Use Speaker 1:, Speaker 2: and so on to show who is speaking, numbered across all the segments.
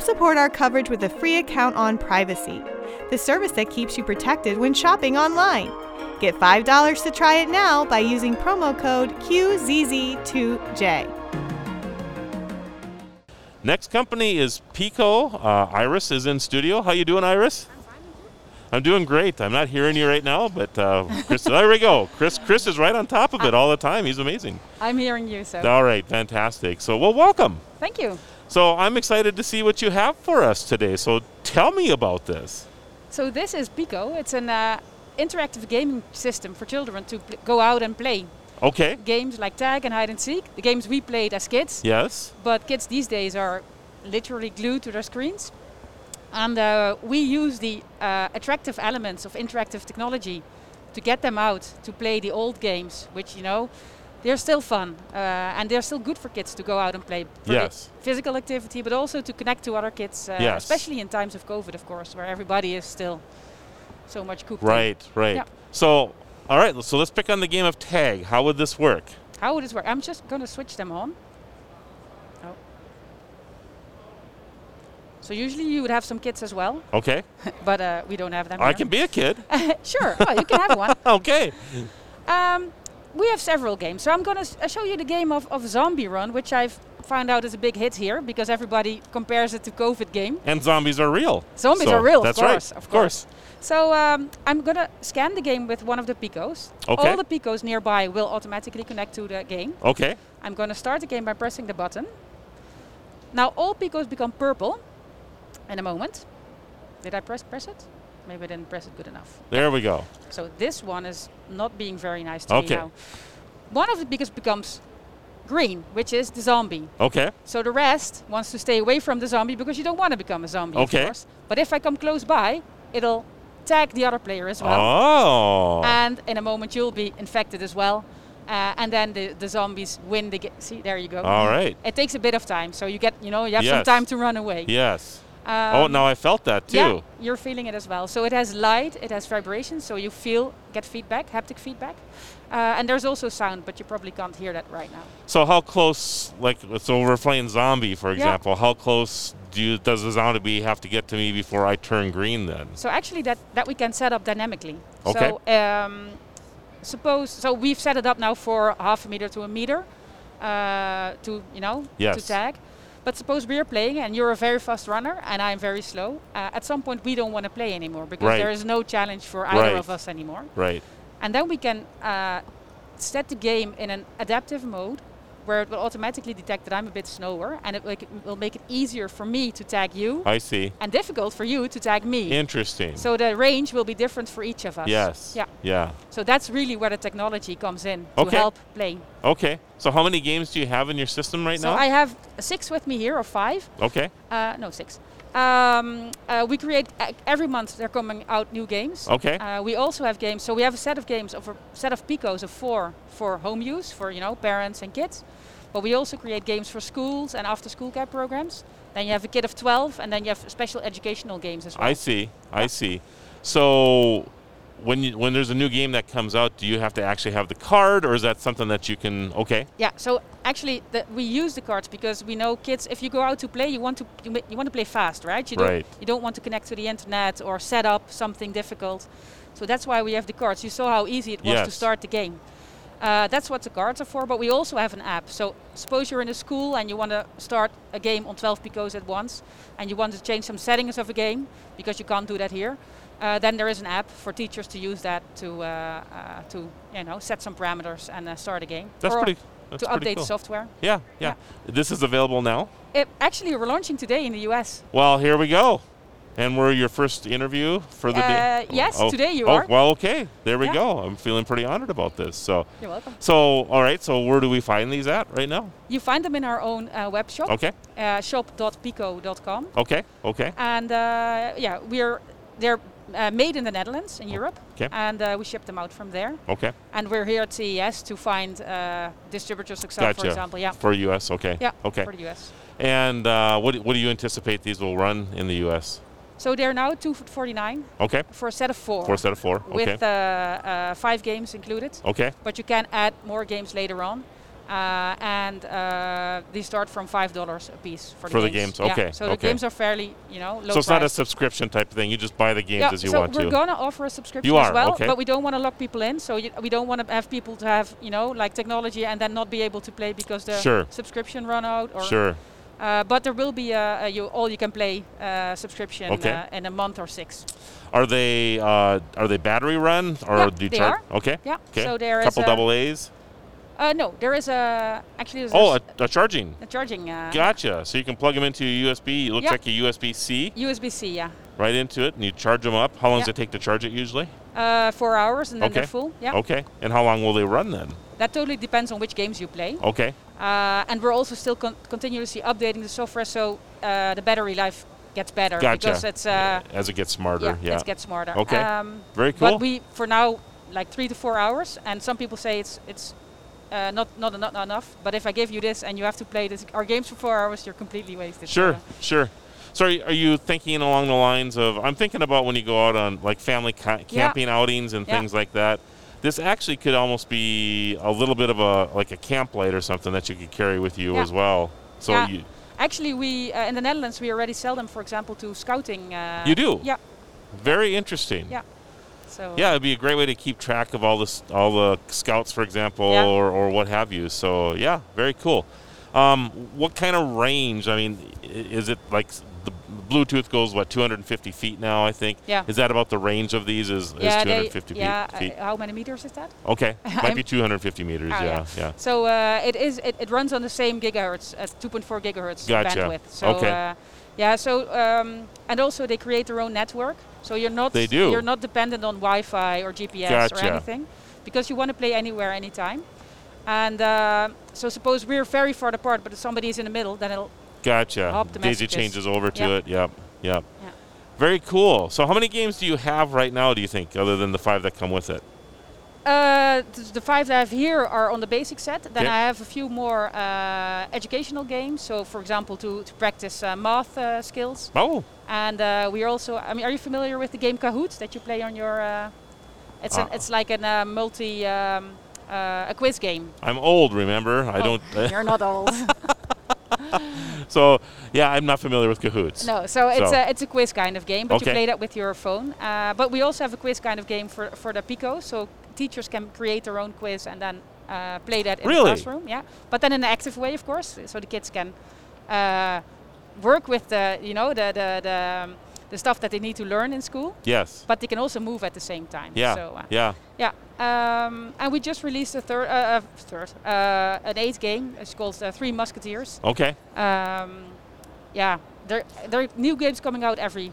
Speaker 1: support our coverage with a free account on Privacy, the service that keeps you protected when shopping online. Get $5 to try it now by using promo code QZZ2J.
Speaker 2: Next company is Pico. Uh, Iris is in studio. How you doing, Iris? I'm doing great. I'm not hearing you right now, but uh, Chris, there we go. Chris, Chris is right on top of it all the time. He's amazing.
Speaker 3: I'm hearing you, so
Speaker 2: All right, fantastic. So, well, welcome.
Speaker 3: thank you.
Speaker 2: So, I'm excited to see what you have for us today. So, tell me about this.
Speaker 3: So this is Pico. It's an uh, interactive gaming system for children to pl- go out and play
Speaker 2: Okay.
Speaker 3: games like tag and hide and seek, the games we played as kids.
Speaker 2: Yes.
Speaker 3: But kids these days are literally glued to their screens, and uh, we use the uh, attractive elements of interactive technology to get them out to play the old games, which you know. They're still fun, uh, and they're still good for kids to go out and play. for the
Speaker 2: Yes.
Speaker 3: physical activity, but also to connect to other kids, uh,
Speaker 2: Yes.
Speaker 3: especially in times of COVID, of course, where everybody is still so much cooped. in.
Speaker 2: Right. Right.
Speaker 3: Yeah.
Speaker 2: So, all right. So, let's pick on the game of tag. How would this work?
Speaker 3: How would this work? I'm just going to switch them on. Oh. So usually you would have some kids as well,
Speaker 2: Okay.
Speaker 3: but uh, we don't have them.
Speaker 2: I
Speaker 3: here.
Speaker 2: can be a kid.
Speaker 3: sure. Oh, you can have one.
Speaker 2: Okay.
Speaker 3: Um, we have several games, so I'm going to show you the game of, of Zombie Run, which I've found out is a big hit here because everybody compares it to COVID game.
Speaker 2: And zombies are real.
Speaker 3: Zombies
Speaker 2: So
Speaker 3: are real,
Speaker 2: That's
Speaker 3: of course.
Speaker 2: right.
Speaker 3: Of course. So um, I'm gonna scan the game with one of the picos.
Speaker 2: Okay.
Speaker 3: All the picos nearby will automatically connect to the game.
Speaker 2: Okay.
Speaker 3: I'm gonna start the game by pressing the button. Now all picos become purple. In a moment. Did I press press it? Maybe I didn't press it good enough.
Speaker 2: There we go.
Speaker 3: So this one is not being very nice to
Speaker 2: Okay.
Speaker 3: me now. One of the picos becomes green, which is the zombie.
Speaker 2: Okay.
Speaker 3: So the rest wants to stay away from the zombie because you don't want to become a zombie,
Speaker 2: Okay.
Speaker 3: of course. But if I come close by, it'll tag the other player as well.
Speaker 2: Oh.
Speaker 3: And in a moment, you'll be infected as well. Uh, and then the, the zombies win the game. See, there you go.
Speaker 2: All right.
Speaker 3: It takes a bit of time, so you get, you know, you have some
Speaker 2: Yes.
Speaker 3: time to run away.
Speaker 2: Yes.
Speaker 3: Um,
Speaker 2: oh, now I felt that too.
Speaker 3: Yeah, you're feeling it as well. So it has light, it has vibration, so you feel, get feedback, haptic feedback. Uh, and there's also sound, but you probably can't hear that right now.
Speaker 2: So how close? Like, so we're playing zombie, for example. How close do you, does the zombie have to get to me before I turn green? Then.
Speaker 3: So actually, that that we can set up dynamically.
Speaker 2: Okay.
Speaker 3: So um, suppose so we've set it up now for half a meter to a meter uh, to you know
Speaker 2: Yes.
Speaker 3: to tag. But suppose we're playing and you're a very fast runner and I'm very slow. Uh, at some point, we don't want to play anymore because
Speaker 2: Right.
Speaker 3: there is no challenge for either
Speaker 2: Right.
Speaker 3: of us anymore.
Speaker 2: Right.
Speaker 3: And then we can uh, set the game in an adaptive mode where it will automatically detect that I'm a bit slower and it will- it will make it easier for me to tag you
Speaker 2: I see.
Speaker 3: and difficult for you to tag me.
Speaker 2: Interesting.
Speaker 3: So the range will be different for each of us.
Speaker 2: yes.
Speaker 3: Yeah.
Speaker 2: Yeah.
Speaker 3: So that's really where the technology comes in to
Speaker 2: Okay.
Speaker 3: help play.
Speaker 2: Okay. So how many games do you have in your system right
Speaker 3: So
Speaker 2: now?
Speaker 3: I have six with me here, or five.
Speaker 2: okay.
Speaker 3: Uh, no, six. Um, uh, we create e- every month. They're coming out new games.
Speaker 2: Okay.
Speaker 3: Uh, we also have games. So we have a set of games of a set of picos of four for home use for you know parents and kids. But we also create games for schools and after-school care programs. Then you have a kid of 12, and then you have special educational games as well.
Speaker 2: I see. I see. So. When, you, when there's a new game that comes out, do you have to actually have the card, or is that something that you can? Okay,
Speaker 3: Yeah. So actually, the, we use the cards because we know kids. If you go out to play, you want to you, ma- you want to play fast, right? You don't,
Speaker 2: Right.
Speaker 3: You don't want to connect to the internet or set up something difficult. So that's why we have the cards. You saw how easy it was to
Speaker 2: Yes.
Speaker 3: start the game. Uh, that's what the cards are for. But we also have an app. So suppose you're in a school and you want to start a game on 12 picos at once, and you want to change some settings of a game because you can't do that here. Uh, then there is an app for teachers to use that to uh, uh, to you know set some parameters and uh, start a game.
Speaker 2: that's
Speaker 3: Or-
Speaker 2: pretty. That's
Speaker 3: to
Speaker 2: pretty
Speaker 3: update
Speaker 2: cool.
Speaker 3: software.
Speaker 2: Yeah, yeah, This is available now.
Speaker 3: It, actually, we're launching today in the US.
Speaker 2: Well, here we go. And we're your first interview for the day.
Speaker 3: Uh, yes, today you
Speaker 2: oh,
Speaker 3: are.
Speaker 2: Well, okay. There we
Speaker 3: Yeah.
Speaker 2: go. I'm feeling pretty honored about this. So,
Speaker 3: You're welcome.
Speaker 2: so all right. So, where do we find these at right now?
Speaker 3: You find them in our own uh, web shop,
Speaker 2: Okay,
Speaker 3: uh, shop.pico.com.
Speaker 2: okay, okay.
Speaker 3: And uh, yeah, we're they're uh, made in the Netherlands, in Europe,
Speaker 2: Okay.
Speaker 3: and uh, we ship them out from there.
Speaker 2: Okay,
Speaker 3: And we're here at CES to find uh, distributors, except for
Speaker 2: gotcha.
Speaker 3: example, yeah,
Speaker 2: For US, okay.
Speaker 3: yeah,
Speaker 2: Okay.
Speaker 3: for the US.
Speaker 2: And uh, what, what do you anticipate these will run in the US?
Speaker 3: So they're now 249
Speaker 2: Okay,
Speaker 3: for a set of four,
Speaker 2: four set of four.
Speaker 3: with
Speaker 2: Okay. Oh.
Speaker 3: uh, uh, five games included.
Speaker 2: okay,
Speaker 3: but you can add more games later on. Uh, and uh, they start from five dollars a piece for,
Speaker 2: For the
Speaker 3: the games.
Speaker 2: games, okay,
Speaker 3: Yeah. So the
Speaker 2: okay.
Speaker 3: games are fairly, you know, low
Speaker 2: So it's not a
Speaker 3: priced.
Speaker 2: subscription type of thing. You just buy the games
Speaker 3: yeah,
Speaker 2: as you
Speaker 3: so
Speaker 2: want
Speaker 3: we're
Speaker 2: to.
Speaker 3: gonna offer a subscription
Speaker 2: You are,
Speaker 3: as well,
Speaker 2: okay.
Speaker 3: but we don't want to lock people in. So you, we don't want to have people to have, you know, like technology and then not be able to play because the
Speaker 2: Sure.
Speaker 3: subscription run out. Or
Speaker 2: sure.
Speaker 3: Uh, but there will be a, a you all you can play uh, subscription
Speaker 2: Okay.
Speaker 3: uh, in a month or six.
Speaker 2: Are they uh, are they battery run or
Speaker 3: Yeah,
Speaker 2: do you
Speaker 3: they
Speaker 2: charge?
Speaker 3: are.
Speaker 2: Okay.
Speaker 3: Yeah.
Speaker 2: Okay.
Speaker 3: So there is
Speaker 2: couple
Speaker 3: a-
Speaker 2: double A's.
Speaker 3: Uh, no, there is a actually there's
Speaker 2: Oh, a, a charging.
Speaker 3: a charging uh,
Speaker 2: Gotcha. So you can plug them into a USB. It looks
Speaker 3: Yeah.
Speaker 2: like a USB C
Speaker 3: USB-C, yeah,
Speaker 2: right into it, and you charge them up. How long does
Speaker 3: Yeah.
Speaker 2: it take to charge it usually?
Speaker 3: uh, four hours and then
Speaker 2: okay. Oh.
Speaker 3: they're full. Yeah,
Speaker 2: Okay. And how long will they run then?
Speaker 3: that totally depends on which games you play.
Speaker 2: Okay.
Speaker 3: Uh, and we're also still con- continuously updating the software so uh, the battery life gets better
Speaker 2: Gotcha.
Speaker 3: because it's uh,
Speaker 2: As it gets smarter.
Speaker 3: yeah,
Speaker 2: Yeah.
Speaker 3: it gets smarter.
Speaker 2: Okay.
Speaker 3: Um,
Speaker 2: Very cool.
Speaker 3: But we for now like three to four hours, and some people say it's it's uh, not not not enough. But if I give you this and you have to play this our games for four hours, you're completely wasted.
Speaker 2: Sure,
Speaker 3: So,
Speaker 2: sure. So are you, are you thinking along the lines of I'm thinking about when you go out on like family ca-
Speaker 3: Yeah.
Speaker 2: camping outings and
Speaker 3: Yeah.
Speaker 2: things like that. This actually could almost be a little bit of a like a camp light or something that you could carry with you
Speaker 3: Yeah.
Speaker 2: as well. So
Speaker 3: Yeah.
Speaker 2: you
Speaker 3: Actually, we uh, in the Netherlands we already sell them, for example, to scouting. Uh,
Speaker 2: You do?
Speaker 3: Yeah.
Speaker 2: very interesting.
Speaker 3: Yeah. So
Speaker 2: Yeah, it'd be a great way to keep track of all this, all the scouts, for example,
Speaker 3: Yeah.
Speaker 2: or, or what have you. So yeah, very cool. Um, what kind of range? I mean, i- is it like s- the Bluetooth goes what 250 feet now? I think.
Speaker 3: Yeah.
Speaker 2: Is that about the range of these? Is,
Speaker 3: Yeah,
Speaker 2: is
Speaker 3: they-
Speaker 2: 250 feet-
Speaker 3: yeah,
Speaker 2: feet?
Speaker 3: uh, how many meters is that?
Speaker 2: okay, might
Speaker 3: I'm-
Speaker 2: be 250 meters.
Speaker 3: Oh,
Speaker 2: yeah, yeah.
Speaker 3: So uh, it is. It, it runs on the same gigahertz as 2.4 gigahertz
Speaker 2: Gotcha.
Speaker 3: bandwidth. So
Speaker 2: Okay.
Speaker 3: uh, yeah. So um, and also they create their own network. So you're not.
Speaker 2: They do.
Speaker 3: You're not dependent on Wi-Fi or GPS
Speaker 2: Gotcha.
Speaker 3: or anything, because you want to play anywhere, anytime. And uh, so suppose we're very far apart, but if somebody is in the middle, then it'll.
Speaker 2: Gotcha.
Speaker 3: Hop the
Speaker 2: Daisy
Speaker 3: messages.
Speaker 2: changes over to
Speaker 3: Yeah.
Speaker 2: it. Yep. Yep.
Speaker 3: Yeah.
Speaker 2: Very cool. So how many games do you have right now? Do you think, other than the five that come with it?
Speaker 3: Uh, th- the five that I have here are on the basic set. Then
Speaker 2: Yeah.
Speaker 3: I have a few more uh, educational games. So, for example, to, to practice uh, math uh, skills.
Speaker 2: Oh,
Speaker 3: And uh, we are also, I mean, are you familiar with the game Kahoot that you play on your? Uh, it's an,
Speaker 2: Uh.
Speaker 3: it's like an uh, multi um, uh, a quiz game.
Speaker 2: I'm old. Remember, I
Speaker 3: Oh,
Speaker 2: don't.
Speaker 3: You're not old.
Speaker 2: So yeah, I'm not familiar with cahoots.
Speaker 3: no, so it's
Speaker 2: So.
Speaker 3: a it's a quiz kind of game, but
Speaker 2: Okay.
Speaker 3: you play that with your phone. Uh, but we also have a quiz kind of game for for the Pico, so teachers can create their own quiz and then uh, play that in
Speaker 2: Really?
Speaker 3: the classroom. Yeah, but then in an active way, of course, so the kids can uh, work with the you know the the the, um, the stuff that they need to learn in school.
Speaker 2: Yes.
Speaker 3: but they can also move at the same time.
Speaker 2: Yeah.
Speaker 3: So, uh,
Speaker 2: yeah.
Speaker 3: yeah. Um, and we just released a third, uh, uh, third, uh, an eighth game. It's called uh, Three Musketeers.
Speaker 2: Okay.
Speaker 3: Um, yeah, there there are new games coming out every.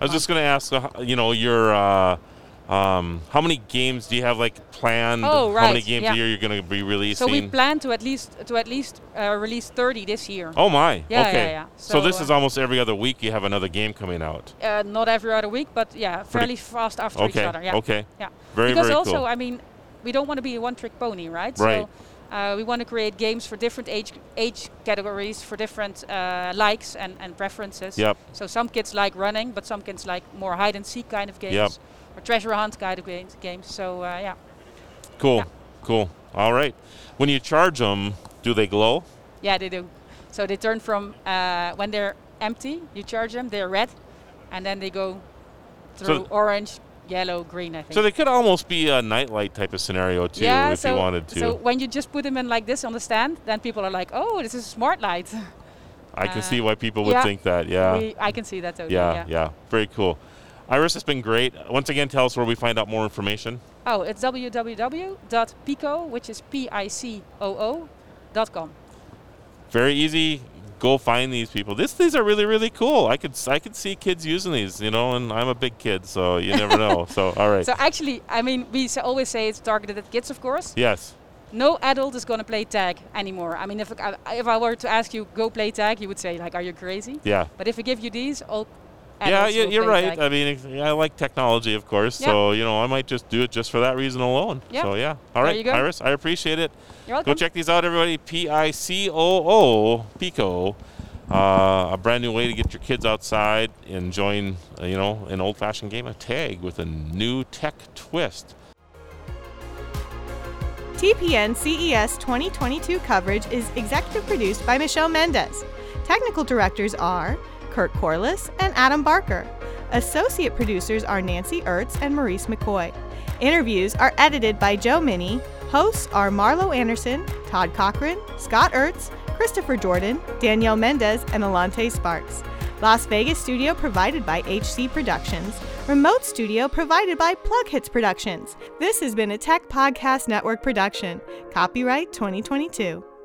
Speaker 2: I was just going to ask, uh, you know, your uh, um, how many games do you have like planned?
Speaker 3: Oh,
Speaker 2: How many
Speaker 3: right,
Speaker 2: games
Speaker 3: yeah.
Speaker 2: a year you're going to be
Speaker 3: So
Speaker 2: releasing?
Speaker 3: we plan to at least to at least uh, release 30 this year.
Speaker 2: oh my.
Speaker 3: Yeah, yeah,
Speaker 2: okay.
Speaker 3: yeah.
Speaker 2: So,
Speaker 3: So,
Speaker 2: this
Speaker 3: uh,
Speaker 2: is almost every other week you have another game coming out.
Speaker 3: Uh, not every other week, but yeah, fairly fast after
Speaker 2: Okay.
Speaker 3: each other. Yeah.
Speaker 2: Okay.
Speaker 3: Yeah.
Speaker 2: Very
Speaker 3: because
Speaker 2: very
Speaker 3: also,
Speaker 2: cool.
Speaker 3: I mean, we don't want to be a one-trick pony, right?
Speaker 2: Right.
Speaker 3: So, uh, we want to create games for different age age categories, for different uh, likes and, and preferences.
Speaker 2: Yep.
Speaker 3: So some kids like running, but some kids like more hide and seek kind of games
Speaker 2: Yep.
Speaker 3: or treasure hunt kind of games. games. So uh, yeah,
Speaker 2: cool.
Speaker 3: yeah.
Speaker 2: Cool. All right. When you charge them, do they glow?
Speaker 3: yeah, they do. So they turn from uh, when they're empty, you charge them, they're red, and then they go through orange, yellow, green. I think.
Speaker 2: So they could almost be a nightlight type of scenario too,
Speaker 3: yeah,
Speaker 2: if
Speaker 3: so,
Speaker 2: you wanted to.
Speaker 3: so when you just put them in like this on the stand, then people are like, "Oh, this is a smart light."
Speaker 2: I can
Speaker 3: uh,
Speaker 2: see why people would
Speaker 3: yeah.
Speaker 2: think that. Yeah.
Speaker 3: We, I can see that totally.
Speaker 2: yeah,
Speaker 3: Yeah.
Speaker 2: yeah. Very cool. Iris, it's been great. Once again, tell us where we find out more information.
Speaker 3: Oh, it's www.pico, which is p-i-c-o-o dot com.
Speaker 2: Very easy. Go find these people. This these are really really cool. I could s- I could see kids using these, you know, and I'm a big kid, so you never know. So all right.
Speaker 3: So actually, I mean, we s- always say it's targeted at kids, of course.
Speaker 2: yes.
Speaker 3: No adult is going to play tag anymore. I mean, if I, if I were to ask you go play tag, you would say like, "Are you crazy?"
Speaker 2: Yeah.
Speaker 3: But if we give you these, all
Speaker 2: Yeah,
Speaker 3: adults
Speaker 2: you,
Speaker 3: will
Speaker 2: you're
Speaker 3: play
Speaker 2: right. Uh,
Speaker 3: tag.
Speaker 2: I mean, ex- I like technology, of course.
Speaker 3: Yeah.
Speaker 2: So you know, I might just do it just for that reason alone.
Speaker 3: Yeah.
Speaker 2: So yeah. All
Speaker 3: There
Speaker 2: right,
Speaker 3: you go.
Speaker 2: Iris, I appreciate it.
Speaker 3: You're welcome.
Speaker 2: Go check these out, everybody. P I C O O Pico. Uh, a brand new way to get your kids outside, enjoying uh, you know an old-fashioned game of tag with a new tech twist.
Speaker 1: TPN CES 2022 coverage is executive produced by Michelle Mendez. Technical directors are Kurt Corliss and Adam Barker. Associate producers are Nancy Ertz and Maurice McCoy. Interviews are edited by Joe Minnie. Hosts are Marlo Anderson, Todd Cochran, Scott Ertz, Christopher Jordan, Danielle Mendez, and Alante Sparks. Las Vegas studio provided by HC Productions. Remote studio provided by Plug Hits Productions. This has been a Tech Podcast Network production. Copyright 2022.